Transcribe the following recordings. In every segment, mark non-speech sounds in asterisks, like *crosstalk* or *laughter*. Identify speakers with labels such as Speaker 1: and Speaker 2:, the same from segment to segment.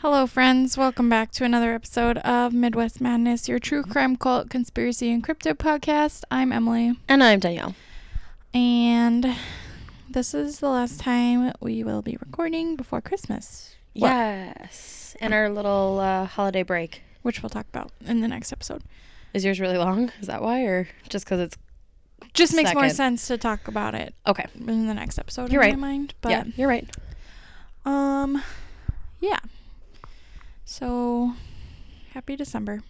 Speaker 1: Hello, friends. Welcome back to another episode of Midwest Madness, your true crime, cult, conspiracy, and crypto podcast. I'm Emily,
Speaker 2: And I'm Danielle.
Speaker 1: and this is the last time we will be recording before Christmas, Well-
Speaker 2: Yes. And our little uh, holiday break.
Speaker 1: which we'll talk about in the next episode.
Speaker 2: Is yours really long? Is that why? Or just because it's.
Speaker 1: Just makes more
Speaker 2: Second.
Speaker 1: sense to talk about it
Speaker 2: Okay.
Speaker 1: in the next episode.
Speaker 2: You're
Speaker 1: in
Speaker 2: right.
Speaker 1: My mind, but
Speaker 2: yeah, you're right.
Speaker 1: um, yeah. So happy December.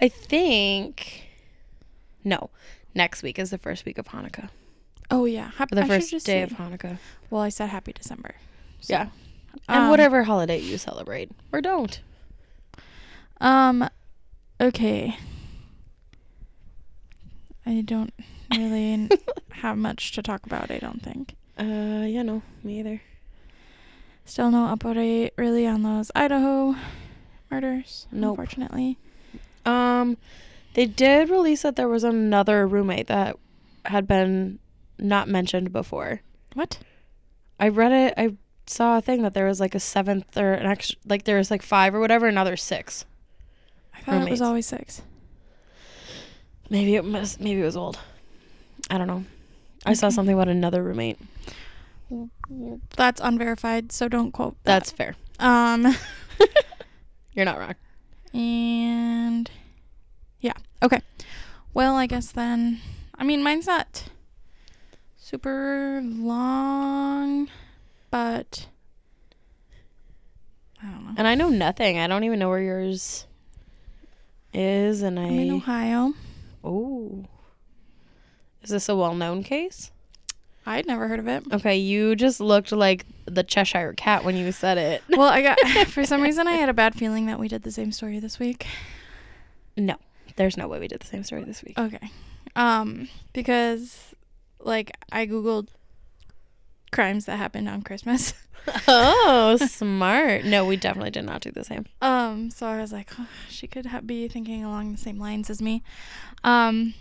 Speaker 2: I think. No. Next week is the first week of Hanukkah.
Speaker 1: Oh yeah, happy
Speaker 2: The first day of Hanukkah.
Speaker 1: Well, I said happy December.
Speaker 2: Yeah.
Speaker 1: Um,
Speaker 2: and whatever holiday you celebrate or don't.
Speaker 1: Um, okay. I don't really
Speaker 2: *laughs*
Speaker 1: n- have much to talk about, I don't think.
Speaker 2: Uh, yeah, no, me either.
Speaker 1: Still no update really on those Idaho murders,
Speaker 2: Nope.
Speaker 1: unfortunately.
Speaker 2: Um, they did release that there was another roommate that had been not mentioned before.
Speaker 1: What?
Speaker 2: I read it. I saw a thing that there was like a seventh or an extra, like there was like five or whatever, another six.
Speaker 1: I thought it was
Speaker 2: Roommates.
Speaker 1: always six.
Speaker 2: Maybe it must. Maybe it was old. I don't know. I saw
Speaker 1: Okay. Ah.
Speaker 2: something about another roommate.
Speaker 1: That's unverified, so don't quote that.
Speaker 2: That's fair.
Speaker 1: um
Speaker 2: *laughs* You're not wrong.
Speaker 1: and yeah. Okay. Well, I guess then I mean mine's not super long, but I don't know.
Speaker 2: And I know nothing. I don't even know where yours is. And
Speaker 1: I'm in
Speaker 2: I.
Speaker 1: Ohio.
Speaker 2: Oh. Is this a well-known case?
Speaker 1: I'd never heard of
Speaker 2: *laughs*
Speaker 1: it.
Speaker 2: Okay, you just looked like the Cheshire Cat when you said it.
Speaker 1: Well, I
Speaker 2: *laughs*
Speaker 1: got *laughs* for some reason I had a bad feeling that we did the same story this week.
Speaker 2: No, there's no way we did the same story this week.
Speaker 1: Okay. Um because like I googled crimes that happened on Christmas.
Speaker 2: *laughs*
Speaker 1: *laughs*
Speaker 2: Oh, smart. No, we definitely did not do the same.
Speaker 1: Um, so I was like, "Huh, she could ha- be thinking along the same lines as me. Um,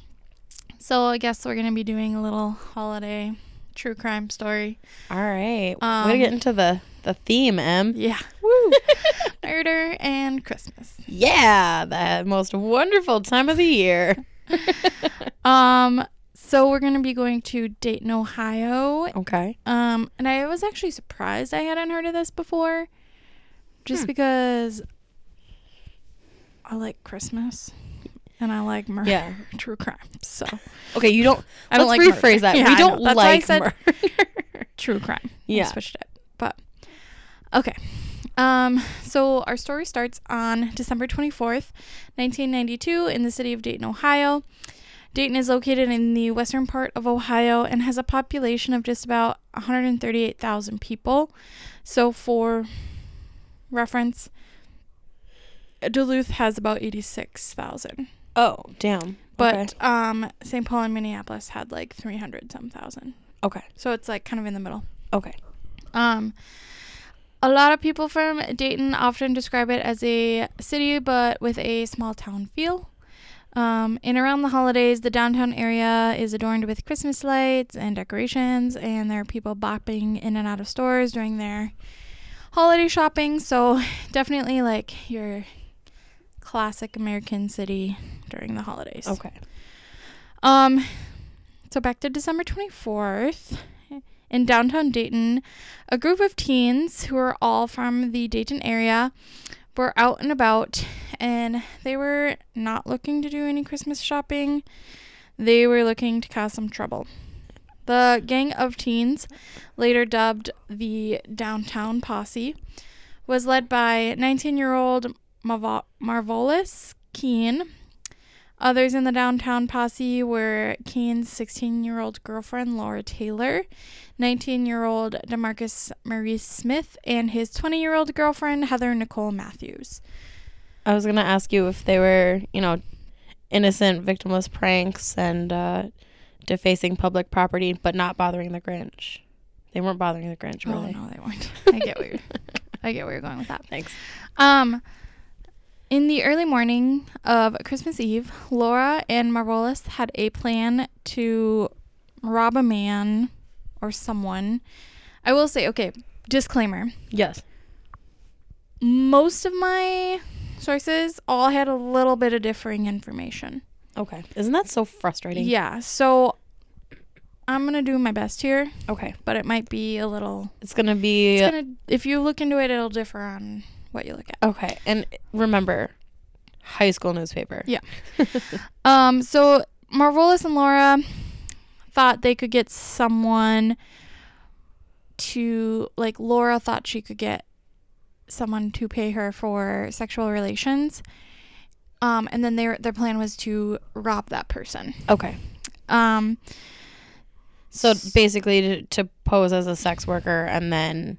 Speaker 1: so I guess we're gonna be doing a little holiday true crime story.
Speaker 2: All right. We're
Speaker 1: Um,
Speaker 2: gonna get into the the theme, Em.
Speaker 1: Yeah,
Speaker 2: *laughs* Woo.
Speaker 1: *laughs* murder and Christmas.
Speaker 2: yeah, the most wonderful time of the year.
Speaker 1: Um, so we're gonna be going to Dayton, Ohio.
Speaker 2: *laughs* Okay.
Speaker 1: Um, and I was actually surprised I hadn't heard of this before, just because I like Christmas and I like murder,
Speaker 2: Yeah.
Speaker 1: *laughs* true crime. So
Speaker 2: Okay, you don't.
Speaker 1: I don't
Speaker 2: let's
Speaker 1: like murder.
Speaker 2: rephrase that.
Speaker 1: Yeah,
Speaker 2: we
Speaker 1: I know.
Speaker 2: don't
Speaker 1: That's why I
Speaker 2: like
Speaker 1: said-
Speaker 2: *laughs* murder.
Speaker 1: true crime. Yeah.
Speaker 2: Yeah.
Speaker 1: I switched it. But okay. Um, so our story starts on December 24th, 1992, in the city of Dayton, Ohio. Dayton is located in the western part of Ohio and has a population of just about 138,000 people. So, for reference, Duluth has about 86,000.
Speaker 2: oh, damn.
Speaker 1: But
Speaker 2: okay.
Speaker 1: um, St. Paul and Minneapolis had like 300 some thousand.
Speaker 2: okay,
Speaker 1: So, it's like kind of in the middle.
Speaker 2: okay.
Speaker 1: Um, a lot of people from Dayton often describe it as a city, but with a small town feel. Um, and around the holidays, the downtown area is adorned with Christmas lights and decorations, and there are people bopping in and out of stores during their holiday shopping. So, *laughs* definitely like your classic American city during the holidays.
Speaker 2: Okay.
Speaker 1: Um, so back to December 24th in downtown Dayton, a group of teens who are all from the Dayton area were out and about and they were not looking to do any Christmas shopping. They were looking to cause some trouble. The gang of teens, later dubbed the Downtown Posse, was led by 19 year old Marvo- Marvolis Keen, Others in the downtown posse were Kane's 16 year old girlfriend, Laura Taylor, 19 year old Demarcus Maurice Smith, and his 20 year old girlfriend, Heather Nicole Matthews.
Speaker 2: I was gonna ask you if they were, you know, innocent, victimless pranks and uh, defacing public property, but not bothering the Grinch. They weren't bothering the Grinch, were
Speaker 1: Oh,
Speaker 2: they?
Speaker 1: no, they weren't. I get where you're, I get where you're going with that.
Speaker 2: Thanks.
Speaker 1: Um, in the early morning of Christmas Eve, Laura and Marvolis had a plan to rob a man or someone. I will say, okay, disclaimer.
Speaker 2: Yes.
Speaker 1: most of my sources all had a little bit of differing information.
Speaker 2: Okay. Isn't that so frustrating?
Speaker 1: Yeah, so I'm going to do my best here,
Speaker 2: Okay.
Speaker 1: but it might be a little
Speaker 2: It's going to be.
Speaker 1: it's gonna, if you look into it it'll differ on what you look at.
Speaker 2: okay. And remember, high school newspaper.
Speaker 1: Yeah. Um so Marvelous and Laura thought they could get someone to like Laura thought she could get someone to pay her for sexual relations. Um, and then their their plan was to rob that person.
Speaker 2: okay.
Speaker 1: Um,
Speaker 2: So basically, to, to pose as a sex worker and then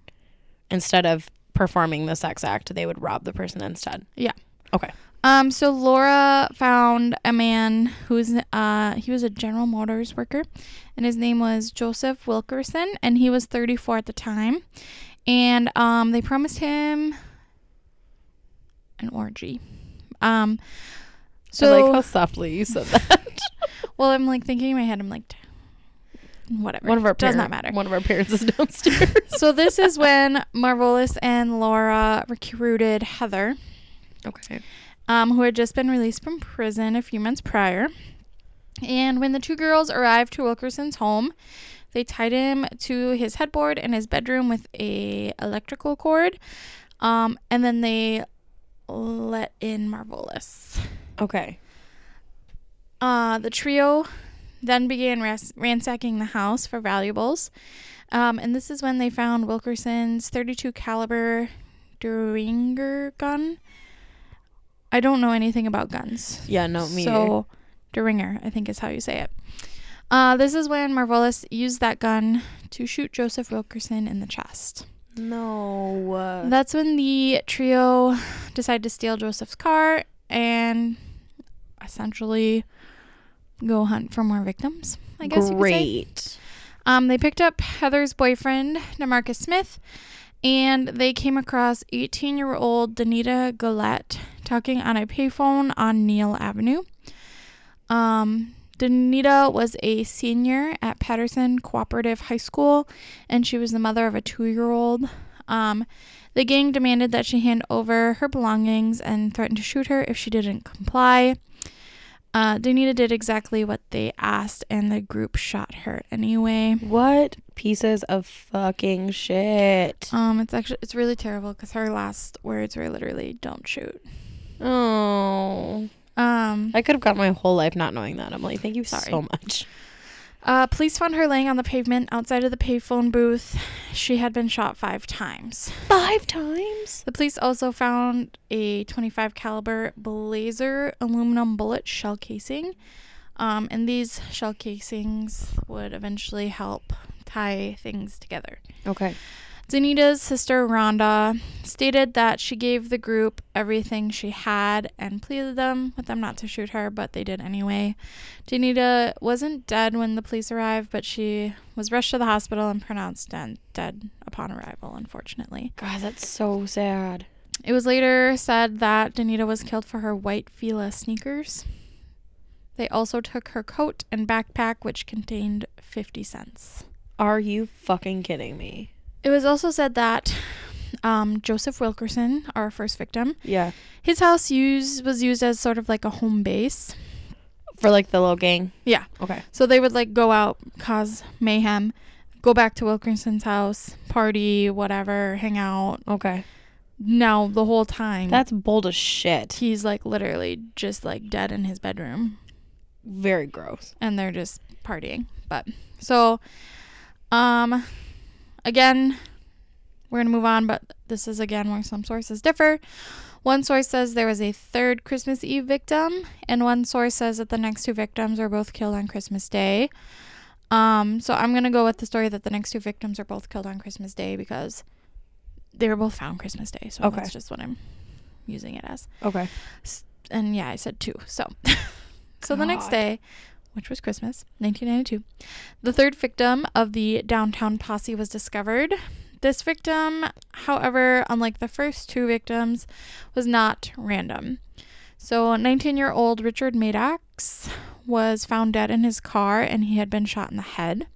Speaker 2: instead of performing the sex act, they would rob the person instead.
Speaker 1: Yeah.
Speaker 2: Okay.
Speaker 1: Um, so Laura found a man who's uh he was a General Motors worker, and his name was Joseph Wilkerson, and he was 34 at the time, and um they promised him an orgy, um,
Speaker 2: I
Speaker 1: so
Speaker 2: like how softly you said that.
Speaker 1: well I'm like thinking in my head I'm like "T- whatever
Speaker 2: *laughs* one of our
Speaker 1: does
Speaker 2: parents,
Speaker 1: not matter.
Speaker 2: One of our parents is downstairs. *laughs*
Speaker 1: so this is when Marvelous and Laura recruited Heather,
Speaker 2: okay.
Speaker 1: um, who had just been released from prison a few months prior. And when the two girls arrived to Wilkerson's home, they tied him to his headboard in his bedroom with a electrical cord, um, and then they let in Marvelous.
Speaker 2: Okay.
Speaker 1: Uh, the trio then began ras- ransacking the house for valuables, um, and this is when they found Wilkerson's 32 caliber Duringer gun. I don't know anything about guns,
Speaker 2: Yeah. No. Me. either.
Speaker 1: so, Deringer, I think is how you say it. Uh, this is when Marvelous used that gun to shoot Joseph Wilkerson in the chest.
Speaker 2: No. uh,
Speaker 1: That's when the trio decided to steal Joseph's car and essentially go hunt for more victims. I guess you could say.
Speaker 2: Great.
Speaker 1: Um, they picked up Heather's boyfriend, Demarcus Smith, and they came across 18 year old Danita Gillette talking on a payphone on Neal Avenue. Um, Danita was a senior at Patterson Cooperative High School, and she was the mother of a two year old. Um, the gang demanded that she hand over her belongings and threatened to shoot her if she didn't comply. Uh, Danita did exactly what they asked, and the group shot her anyway.
Speaker 2: What pieces of fucking shit?
Speaker 1: Um, it's actually it's really terrible because her last words were literally "Don't shoot."
Speaker 2: Oh.
Speaker 1: Um,
Speaker 2: I could have gone my whole life not knowing that, Emily. Thank you
Speaker 1: Sorry.
Speaker 2: so much.
Speaker 1: uh, police found her laying on the pavement outside of the payphone booth. She had been shot five times.
Speaker 2: Five times?
Speaker 1: The police also found a 25 caliber Blazer aluminum bullet shell casing, um, and these shell casings would eventually help tie things together.
Speaker 2: Okay.
Speaker 1: Danita's sister Rhonda stated that she gave the group everything she had and pleaded them with them not to shoot her, but they did anyway. Danita wasn't dead when the police arrived, but she was rushed to the hospital and pronounced dead, dead upon arrival, unfortunately.
Speaker 2: God, that's so sad.
Speaker 1: It was later said that Danita was killed for her white Fila sneakers. They also took her coat and backpack, which contained 50 cents.
Speaker 2: Are you fucking kidding me?
Speaker 1: It was also said that um, Joseph Wilkerson, our first victim,
Speaker 2: Yeah.
Speaker 1: his house use was used as sort of like a home base.
Speaker 2: For like the little gang.
Speaker 1: Yeah.
Speaker 2: Okay.
Speaker 1: So they would like go out, cause mayhem, go back to Wilkerson's house, party, whatever, hang out.
Speaker 2: Okay.
Speaker 1: Now the whole time
Speaker 2: That's bold as shit.
Speaker 1: he's like literally just like dead in his bedroom
Speaker 2: Very gross.
Speaker 1: and they're just partying. But so um again we're gonna move on, but this is again where some sources differ. One source says there was a third Christmas Eve victim, and one source says that the next two victims were both killed on Christmas Day. Um, so I'm gonna go with the story that the next two victims are both killed on Christmas Day because they were both found Christmas Day. So
Speaker 2: Okay.
Speaker 1: that's just what I'm using it as
Speaker 2: Okay.
Speaker 1: and yeah, I said two. So, *laughs* so the next
Speaker 2: God.
Speaker 1: day, which was Christmas, 1992, the third victim of the downtown posse was discovered. This victim, however, unlike the first two victims, was not random. So, 19 year old Richard Maddox was found dead in his car and he had been shot in the head.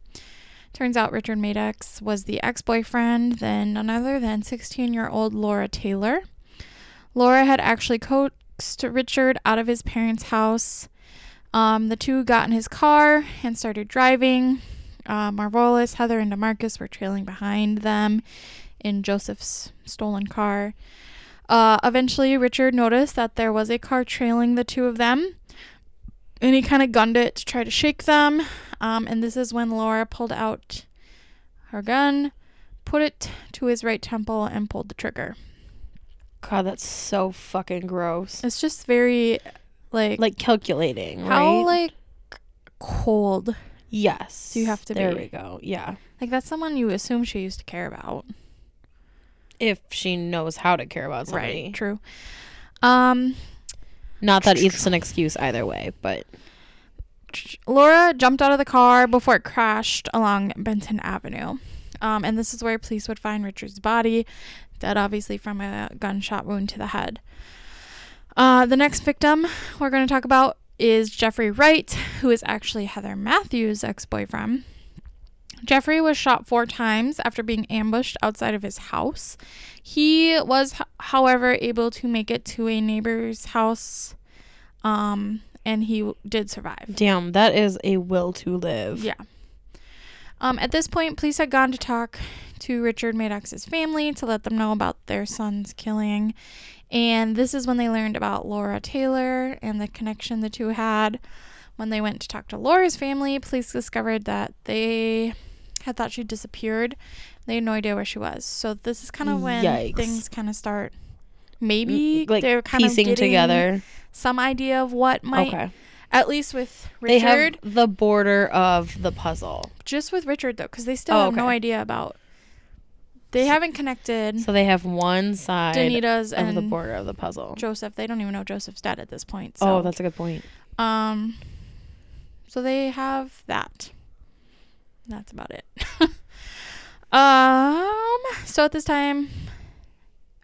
Speaker 1: Turns out Richard Maddox was the ex boyfriend, then none other than 16 year old Laura Taylor. Laura had actually coaxed Richard out of his parents' house. Um, the two got in his car and started driving. Uh, Marvolis, Heather, and Demarcus were trailing behind them in Joseph's stolen car. Uh, eventually, Richard noticed that there was a car trailing the two of them, and he kind of gunned it to try to shake them. Um, and this is when Laura pulled out her gun, put it to his right temple, and pulled the trigger.
Speaker 2: God, that's so fucking gross.
Speaker 1: It's just very, like,
Speaker 2: Like calculating, right?
Speaker 1: how like cold.
Speaker 2: yes.
Speaker 1: do you have to
Speaker 2: There
Speaker 1: be?
Speaker 2: we go. Yeah.
Speaker 1: Like that's someone you assume she used to care about.
Speaker 2: If she knows how to care about somebody.
Speaker 1: True. Um,
Speaker 2: Not that it's an excuse either way, but
Speaker 1: Laura jumped out of the car before it crashed along Benton Avenue. Um, and this is where police would find Richard's body, dead obviously from a gunshot wound to the head. Uh, the next victim we're going to talk about is Jeffrey Wright, who is actually Heather Matthews' ex boyfriend. Jeffrey was shot four times after being ambushed outside of his house. He was, h- however, able to make it to a neighbor's house, um, and he w- did survive.
Speaker 2: damn, that is a will to live.
Speaker 1: Yeah. Um, at this point, police had gone to talk to Richard Maddox's family to let them know about their son's killing. And this is when they learned about Laura Taylor and the connection the two had. When they went to talk to Laura's family, police discovered that they had thought she disappeared. They had no idea where she was. So this is kind of when
Speaker 2: Yikes.
Speaker 1: things kind of start.
Speaker 2: M-
Speaker 1: Maybe
Speaker 2: like
Speaker 1: they're kind
Speaker 2: piecing
Speaker 1: of getting
Speaker 2: together.
Speaker 1: some idea of what might,
Speaker 2: okay.
Speaker 1: at least with Richard
Speaker 2: They have the border of the puzzle.
Speaker 1: just with Richard though, because they still
Speaker 2: Oh,
Speaker 1: have no
Speaker 2: okay.
Speaker 1: idea about. They haven't connected
Speaker 2: So they have one side
Speaker 1: Danita's
Speaker 2: of
Speaker 1: and
Speaker 2: the border of the puzzle.
Speaker 1: Joseph. They don't even know Joseph's dead at this point. So,
Speaker 2: Oh, that's a good point.
Speaker 1: um. So they have that. That's about it. *laughs* um. So at this time,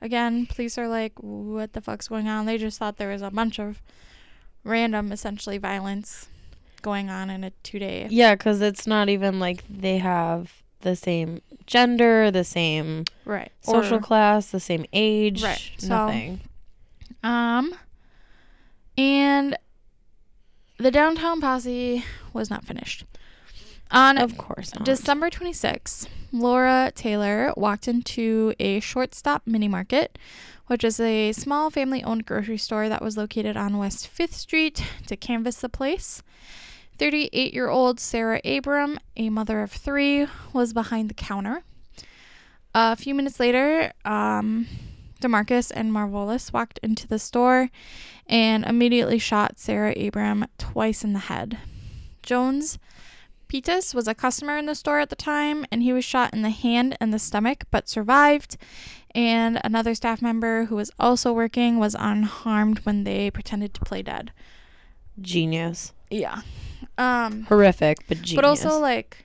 Speaker 1: again, police are like, "What the fuck's going on?" They just thought there was a bunch of random, essentially, violence going on in a two-day.
Speaker 2: Yeah, because it's not even like they have the same gender, the same
Speaker 1: Right.
Speaker 2: social
Speaker 1: Or-
Speaker 2: class, the same age,
Speaker 1: Right, so-
Speaker 2: nothing.
Speaker 1: Um, and the downtown posse was not finished. On
Speaker 2: Of course not.
Speaker 1: December 26, Laura Taylor walked into a shortstop mini market, which is a small family owned grocery store that was located on West 5th Street, to canvass the place. 38 year old Sarah Abram, a mother of three, was behind the counter. A few minutes later, um, Demarcus and Marvolis walked into the store and immediately shot Sarah Abram twice in the head. Jones Pitas was a customer in the store at the time, and he was shot in the hand and the stomach but survived. And another staff member who was also working was unharmed when they pretended to play dead.
Speaker 2: genius.
Speaker 1: Yeah. Um,
Speaker 2: Horrific, but genius.
Speaker 1: but also, like,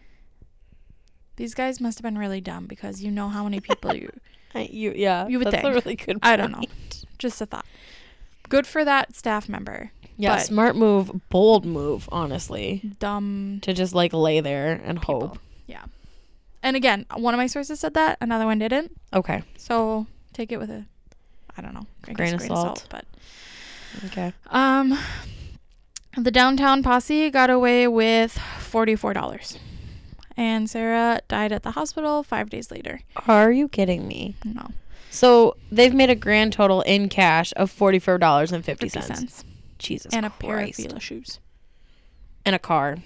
Speaker 1: these guys must have been really dumb because you know how many people you.
Speaker 2: I- you, yeah,
Speaker 1: you would
Speaker 2: that's a
Speaker 1: think.
Speaker 2: really good. Point.
Speaker 1: I don't know. Just a thought. Good for that staff member.
Speaker 2: Yeah,
Speaker 1: but-
Speaker 2: smart move, bold move, honestly,
Speaker 1: Dumb
Speaker 2: to just like lay there and
Speaker 1: people.
Speaker 2: hope.
Speaker 1: Yeah. And again, one of my sources said that, another one didn't.
Speaker 2: Okay,
Speaker 1: So take it with a, I don't know, I
Speaker 2: Grain
Speaker 1: guess
Speaker 2: of salt.
Speaker 1: But
Speaker 2: okay.
Speaker 1: um, the downtown posse got away with forty-four dollars, and Sarah died at the hospital five days later.
Speaker 2: Are you kidding me?
Speaker 1: No,
Speaker 2: So they've made a grand total in cash of forty-four dollars and fifty
Speaker 1: fifty
Speaker 2: cents.
Speaker 1: cents
Speaker 2: Jesus
Speaker 1: and a pair of
Speaker 2: Christ!
Speaker 1: Fila shoes.
Speaker 2: and a car,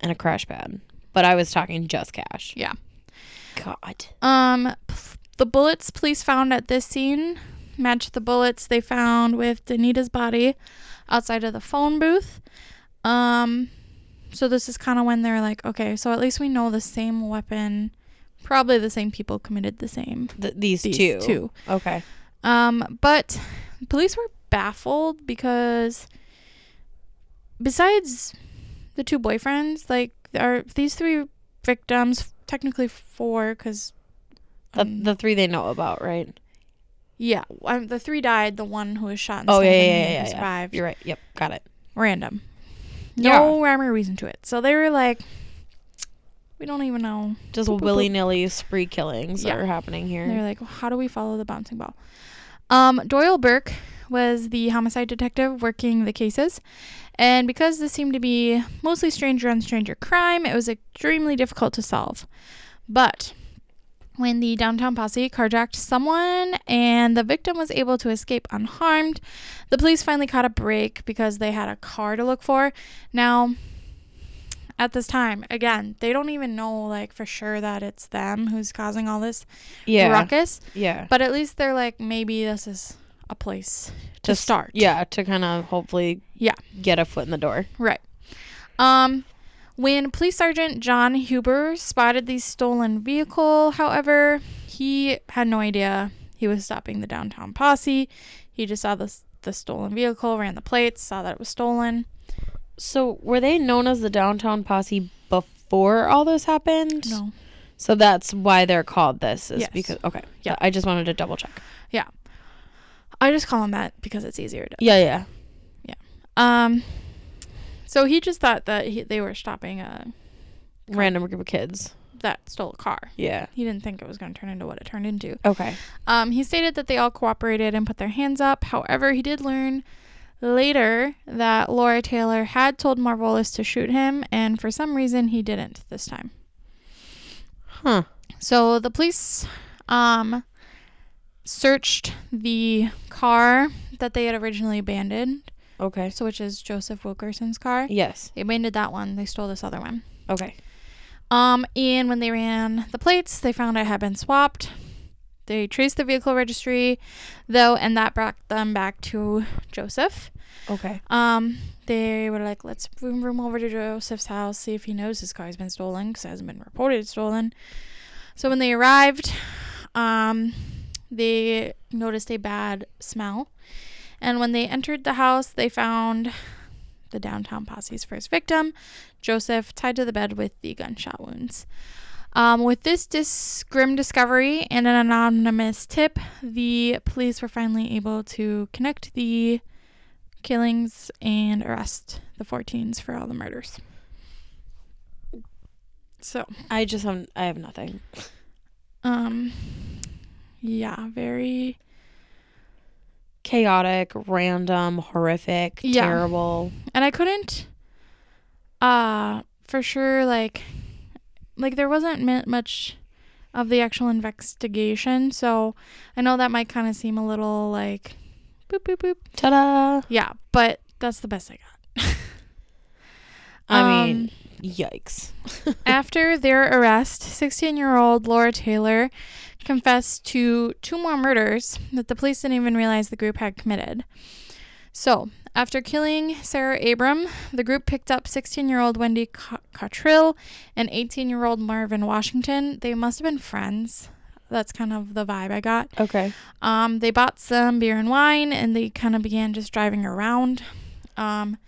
Speaker 2: and a crash pad. But I was talking just cash.
Speaker 1: Yeah.
Speaker 2: God.
Speaker 1: Um, p- the bullets police found at this scene matched the bullets they found with Danita's body outside of the phone booth. Um, so this is kind of when they're like, okay, so at least we know the same weapon, probably the same people committed the same.
Speaker 2: Th- these,
Speaker 1: These
Speaker 2: two.
Speaker 1: two.
Speaker 2: Okay.
Speaker 1: Um, but police were baffled because besides the two boyfriends, like are these three victims technically four because
Speaker 2: The,
Speaker 1: Um,
Speaker 2: the three they know about, right?
Speaker 1: Yeah, um, the three died. The one who was shot. In the
Speaker 2: Oh yeah,
Speaker 1: stomach and
Speaker 2: yeah, yeah,
Speaker 1: who
Speaker 2: yeah, yeah.
Speaker 1: survived.
Speaker 2: You're right. Yep, got it.
Speaker 1: Random. No rhyme or reason to it. So they were like, We don't even know.
Speaker 2: Just
Speaker 1: Boop, boop, boop.
Speaker 2: willy nilly spree killings
Speaker 1: Yeah.
Speaker 2: that are happening here.
Speaker 1: And They're like, how do we follow the bouncing ball? Um, Doyle Burke was the homicide detective working the cases. And because this seemed to be mostly stranger on stranger crime, it was extremely difficult to solve. But when the downtown posse carjacked someone and the victim was able to escape unharmed, the police finally caught a break because they had a car to look for. Now, at this time, again, they don't even know like for sure that it's them who's causing all this
Speaker 2: yeah.
Speaker 1: ruckus.
Speaker 2: Yeah.
Speaker 1: But at least they're like, maybe this is a place to
Speaker 2: Just-
Speaker 1: start.
Speaker 2: Yeah. To kind of hopefully
Speaker 1: Yeah.
Speaker 2: get a foot in the door.
Speaker 1: Right. Um, when Police Sergeant John Huber spotted the stolen vehicle, however, he had no idea he was stopping the downtown posse. He just saw this the stolen vehicle, ran the plates, saw that it was stolen.
Speaker 2: So were they known as the downtown posse before all this happened?
Speaker 1: No.
Speaker 2: So that's why they're called this. Is
Speaker 1: Yes.
Speaker 2: because okay.
Speaker 1: Yeah.
Speaker 2: I just wanted to double check.
Speaker 1: Yeah. I just call him that because it's easier to.
Speaker 2: Yeah. Yeah.
Speaker 1: Um, so he just thought that he, they were stopping a
Speaker 2: Random group of kids.
Speaker 1: that stole a car.
Speaker 2: Yeah.
Speaker 1: He didn't think it was going to turn into what it turned into.
Speaker 2: Okay.
Speaker 1: Um, he stated that they all cooperated and put their hands up. However, he did learn later that Laura Taylor had told Marvolis to shoot him, and for some reason, he didn't this time.
Speaker 2: Huh.
Speaker 1: So the police um, searched the car that they had originally abandoned,
Speaker 2: Okay.
Speaker 1: so which is Joseph Wilkerson's car.
Speaker 2: Yes.
Speaker 1: They abandoned that one. They stole this other one.
Speaker 2: Okay.
Speaker 1: Um, and when they ran the plates, they found it had been swapped. They traced the vehicle registry, though, and that brought them back to Joseph.
Speaker 2: Okay.
Speaker 1: Um, they were like, let's room room over to Joseph's house, see if he knows his car's been stolen, because it hasn't been reported stolen. So when they arrived, um, they noticed a bad smell. And when they entered the house, they found the downtown posse's first victim, Joseph, tied to the bed with the gunshot wounds. Um, with this dis- grim discovery and an anonymous tip, the police were finally able to connect the killings and arrest the 14s for all the murders. So,
Speaker 2: I just have I have nothing.
Speaker 1: um, yeah, very,
Speaker 2: Chaotic, random, horrific,
Speaker 1: Yeah.
Speaker 2: terrible.
Speaker 1: and I couldn't, uh, for sure, like, like there wasn't mi- much of the actual investigation, so I know that might kind of seem a little like, boop boop boop,
Speaker 2: Ta-da!
Speaker 1: yeah, but that's the best I got.
Speaker 2: I
Speaker 1: Um,
Speaker 2: mean, yikes.
Speaker 1: After their arrest, 16 year old Laura Taylor confessed to two more murders that the police didn't even realize the group had committed. So, after killing Sarah Abram, the group picked up 16 year old Wendy Ca- Cottrell and 18 year old Marvin Washington. They must have been friends. That's kind of the vibe I got.
Speaker 2: Okay.
Speaker 1: Um, they bought some beer and wine and they kind of began just driving around. Um,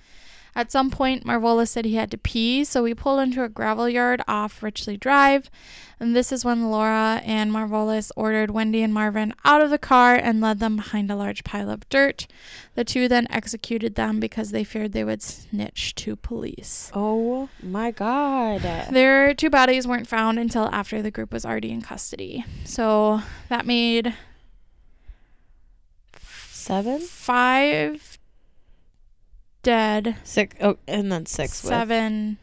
Speaker 1: at some point, Marvola said he had to pee, so we pulled into a gravel yard off Richley Drive. And this is when Laura and Marvolis ordered Wendy and Marvin out of the car and led them behind a large pile of dirt. The two then executed them because they feared they would snitch to police.
Speaker 2: Oh my *laughs* god.
Speaker 1: Their two bodies weren't found until after the group was already in custody. So that made
Speaker 2: Seven?
Speaker 1: five dead,
Speaker 2: Six. Oh, and then six. With.
Speaker 1: seven,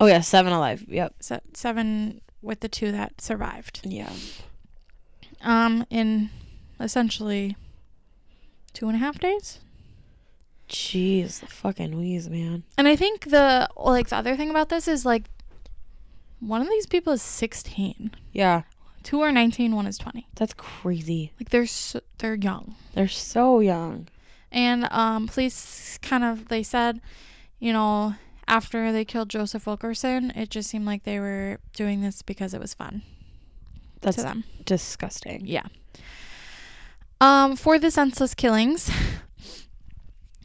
Speaker 2: Oh yeah, seven alive. Yep.
Speaker 1: se- seven with the two that survived.
Speaker 2: Yeah.
Speaker 1: Um, in essentially two and a half days.
Speaker 2: Jeez, the fucking wheeze, man.
Speaker 1: And I think the like the other thing about this is like one of these people is 16,
Speaker 2: Yeah,
Speaker 1: two are 19, one is 20.
Speaker 2: that's crazy.
Speaker 1: Like they're so, they're young.
Speaker 2: They're so young.
Speaker 1: And um, police kind of they said, you know, after they killed Joseph Wilkerson, it just seemed like they were doing this because it was fun
Speaker 2: That's
Speaker 1: to them.
Speaker 2: disgusting.
Speaker 1: Yeah. Um, for the senseless killings,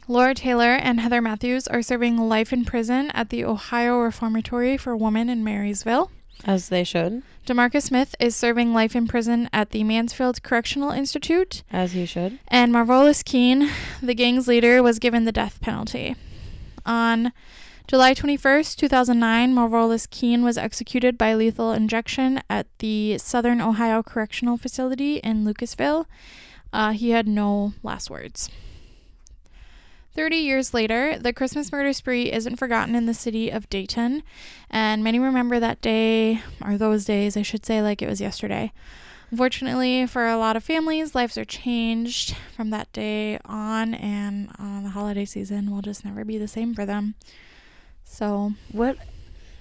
Speaker 1: Laura Taylor and Heather Matthews are serving life in prison at the Ohio Reformatory for Women in Marysville.
Speaker 2: As they should.
Speaker 1: Demarcus Smith is serving life in prison at the Mansfield Correctional Institute,
Speaker 2: As he should.
Speaker 1: and Marvolis Keene, the gang's leader, was given the death penalty. On July 21st, 2009, Marvelous Keene was executed by lethal injection at the Southern Ohio Correctional Facility in Lucasville. Uh, he had no last words. 30 years later, the Christmas murder spree isn't forgotten in the city of Dayton, and many remember that day, or those days, I should say, like it was yesterday. Unfortunately, for a lot of families, lives are changed from that day on, and uh, the holiday season will just never be the same for them. So,
Speaker 2: What?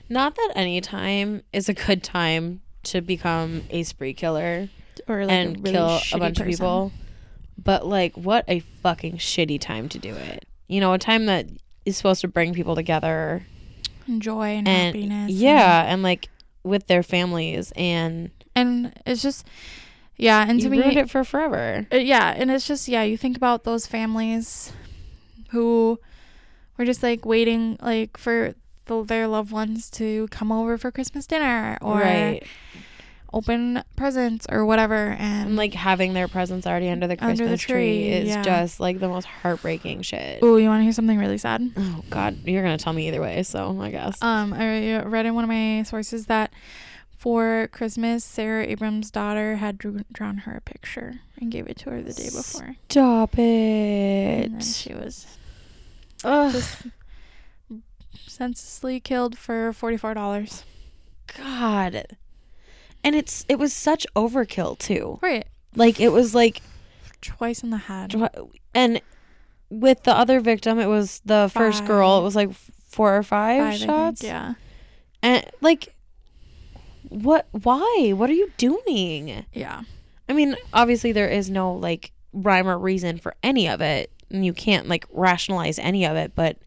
Speaker 2: Not that any time is a good time to become a spree killer
Speaker 1: or
Speaker 2: and kill a bunch of people, but like, what a fucking shitty time to do it. You know, a time that is supposed to bring people together
Speaker 1: joy and,
Speaker 2: and
Speaker 1: happiness.
Speaker 2: yeah, and like with their families, and
Speaker 1: and, and it's just yeah, and to
Speaker 2: you
Speaker 1: me,
Speaker 2: ruined it for forever.
Speaker 1: Uh, yeah and it's just yeah you think about those families who were just like waiting like for the, their loved ones to come over for christmas dinner or
Speaker 2: right,
Speaker 1: open presents or whatever and
Speaker 2: and like having their presents already under the Christmas
Speaker 1: Under the
Speaker 2: tree
Speaker 1: tree,
Speaker 2: is
Speaker 1: yeah.
Speaker 2: just like the most heartbreaking shit.
Speaker 1: oh you want to hear something really sad
Speaker 2: Oh God, you're gonna tell me either way, so I guess.
Speaker 1: um i read in one of my sources that for christmas sarah abrams daughter had drew, drawn her a picture and gave it to her the day before
Speaker 2: Stop
Speaker 1: and then
Speaker 2: it.
Speaker 1: she was
Speaker 2: Ugh,
Speaker 1: just senselessly killed for $44
Speaker 2: God. And it's it was such overkill too.
Speaker 1: right
Speaker 2: Like it was like,
Speaker 1: twice in the head.
Speaker 2: and with the other victim, it was the first
Speaker 1: Five.
Speaker 2: girl. It was like four or
Speaker 1: Five,
Speaker 2: five,
Speaker 1: I think,
Speaker 2: shots.
Speaker 1: Yeah.
Speaker 2: And like, what? Why? What are you doing?
Speaker 1: Yeah.
Speaker 2: I mean, obviously there is no like rhyme or reason for any of it, and you can't like rationalize any of it. But,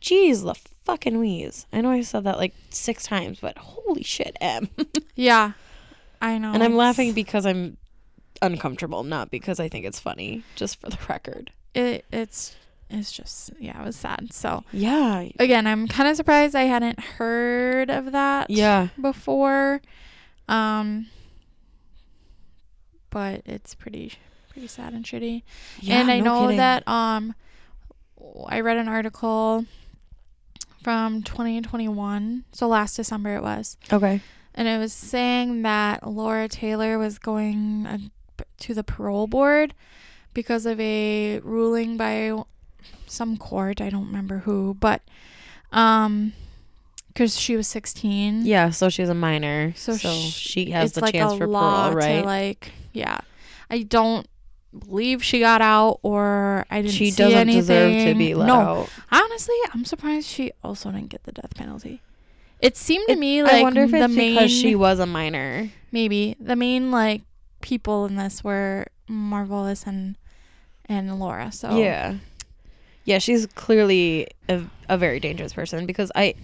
Speaker 2: geez, the fucking wheeze. I know I said that like six times, but holy shit,
Speaker 1: *laughs*
Speaker 2: M.
Speaker 1: Yeah. I know.
Speaker 2: and I'm
Speaker 1: it's-
Speaker 2: laughing because I'm uncomfortable, not because I think it's funny. Just for the record.
Speaker 1: It, it's it's just yeah, it was sad. So
Speaker 2: Yeah.
Speaker 1: again, I'm kind of surprised I hadn't heard of that.
Speaker 2: Yeah.
Speaker 1: Before, um, but it's pretty pretty sad and shitty. and I know that um, I read an article from 2021, so last December it was.
Speaker 2: Okay.
Speaker 1: and it was saying that Laura Taylor was going uh, p- to the parole board because of a ruling by some court. I don't remember who, but um, because she was sixteen,
Speaker 2: Yeah. So she's a minor. So,
Speaker 1: So sh-
Speaker 2: she has
Speaker 1: it's
Speaker 2: the
Speaker 1: like
Speaker 2: chance
Speaker 1: a
Speaker 2: for
Speaker 1: law
Speaker 2: parole, right?
Speaker 1: to like, yeah. I don't believe she got out, or I didn't.
Speaker 2: she
Speaker 1: see
Speaker 2: doesn't
Speaker 1: anything.
Speaker 2: deserve to be let
Speaker 1: no.
Speaker 2: out.
Speaker 1: Honestly, I'm surprised she also didn't get the death penalty. It seemed to
Speaker 2: It-
Speaker 1: me like
Speaker 2: I wonder if
Speaker 1: the
Speaker 2: it's
Speaker 1: main
Speaker 2: because she was a minor.
Speaker 1: maybe the main like people in this were Marvelous and and Laura. So
Speaker 2: Yeah, yeah, she's clearly a, a very dangerous person because I,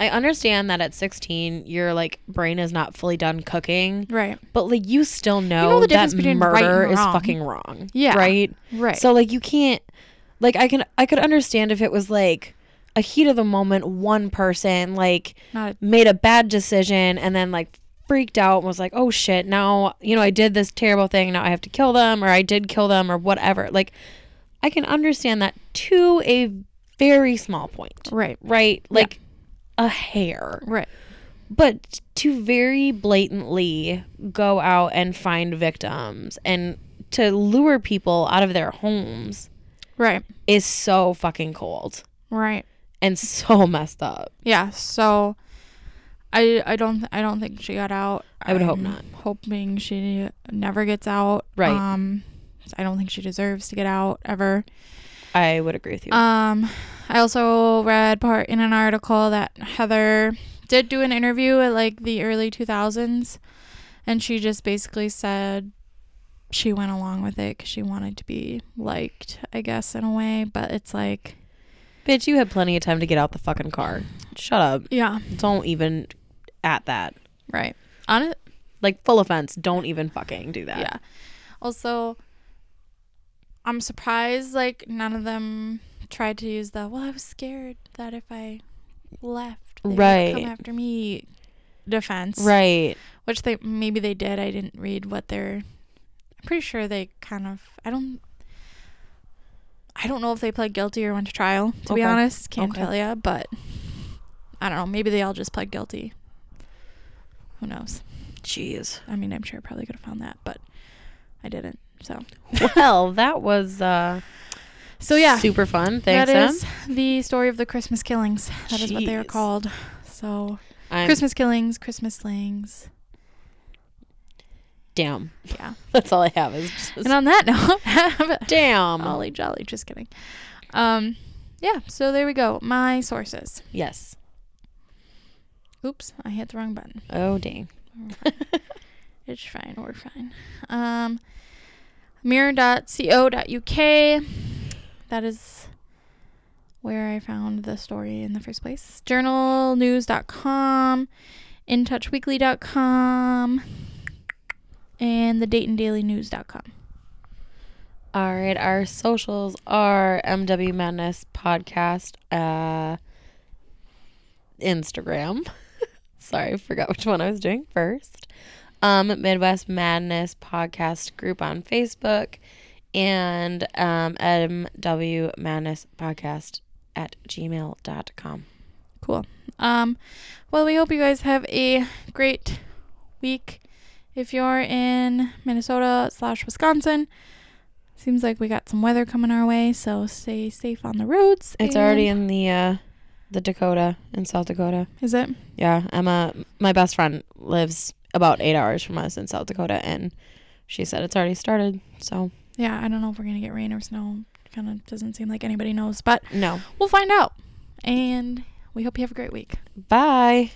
Speaker 2: I understand that at sixteen your like brain is not fully done cooking,
Speaker 1: right,
Speaker 2: but like you still know,
Speaker 1: the
Speaker 2: that
Speaker 1: difference between
Speaker 2: murder
Speaker 1: right and
Speaker 2: is
Speaker 1: wrong.
Speaker 2: fucking wrong.
Speaker 1: Yeah.
Speaker 2: right.
Speaker 1: right.
Speaker 2: So like you can't, like I can I could understand if it was like a heat of the moment, one person like
Speaker 1: not
Speaker 2: made a bad decision and then like freaked out and was like, "Oh shit, now, you know, I did this terrible thing, now I have to kill them or I did kill them or whatever." Like I can understand that to a very small point,
Speaker 1: right,
Speaker 2: right? Like a hair.
Speaker 1: right,
Speaker 2: But to very blatantly go out and find victims and to lure people out of their homes
Speaker 1: right,
Speaker 2: is so fucking cold
Speaker 1: right.
Speaker 2: and so *laughs* messed up.
Speaker 1: Yeah. So I I don't I don't think she got out.
Speaker 2: I would hope
Speaker 1: I'm
Speaker 2: not.
Speaker 1: Hoping she never gets out.
Speaker 2: Right.
Speaker 1: Um, I don't think she deserves to get out ever.
Speaker 2: I would agree with you.
Speaker 1: Um, I also read part in an article that Heather did do an interview at like the early 2000s, and she just basically said she went along with it because she wanted to be liked, I guess, in a way. But it's like,
Speaker 2: Bitch, you had plenty of time to get out the fucking car. Shut up.
Speaker 1: yeah,
Speaker 2: Don't even at that.
Speaker 1: right. On it,
Speaker 2: Like full offense, don't even fucking do that.
Speaker 1: yeah. Also, I'm surprised like none of them tried to use the well. I was scared that if I left, they would
Speaker 2: Right.
Speaker 1: come after me. Defense,
Speaker 2: Right.
Speaker 1: which they maybe they did. I didn't read what they're. I'm pretty sure they kind of. I don't. I don't know if they pled guilty or went to trial. To be
Speaker 2: Okay.
Speaker 1: honest, can't
Speaker 2: Okay.
Speaker 1: tell you. But I don't know. Maybe they all just pled guilty. Who knows?
Speaker 2: Jeez.
Speaker 1: I mean, I'm sure I probably could have found that, but I didn't. So,
Speaker 2: Well, that was uh,
Speaker 1: so yeah,
Speaker 2: super fun. Thanks,
Speaker 1: that
Speaker 2: Em.
Speaker 1: is the story of the Christmas killings. That is what they are
Speaker 2: Jeez.
Speaker 1: called. So,
Speaker 2: I'm
Speaker 1: Christmas killings, Christmas slings.
Speaker 2: damn.
Speaker 1: *laughs* Yeah.
Speaker 2: That's all I have is just
Speaker 1: And on that note, *laughs*
Speaker 2: damn.
Speaker 1: Molly Jolly, just kidding. Um, yeah, so there we go. My sources.
Speaker 2: Yes.
Speaker 1: Oops, I hit the wrong button.
Speaker 2: Oh dang.
Speaker 1: It's fine. We're fine. Um, mirror.co.uk. That is where I found the story in the first place. Journalnews.com, intouchweekly.com, and the DaytonDailyNews.com.
Speaker 2: All right, our socials are MW Madness Podcast, uh, Instagram. *laughs* Sorry, I forgot which one I was doing first. Um, Midwest Madness Podcast group on Facebook, and um, MW Madness Podcast at gmail.com.
Speaker 1: Cool. Um, well, we hope you guys have a great week. If you're in Minnesota slash Wisconsin, seems like we got some weather coming our way, so stay safe on the roads.
Speaker 2: It's
Speaker 1: and-
Speaker 2: already in the uh, the Dakota in South Dakota.
Speaker 1: Is it?
Speaker 2: Yeah, Emma, my best friend lives about eight hours from us in South Dakota, and she said it's already started. So
Speaker 1: Yeah, I don't know if we're gonna get rain or snow. Kind of doesn't seem like anybody knows, but
Speaker 2: no,
Speaker 1: we'll find out. And we hope you have a great week.
Speaker 2: bye.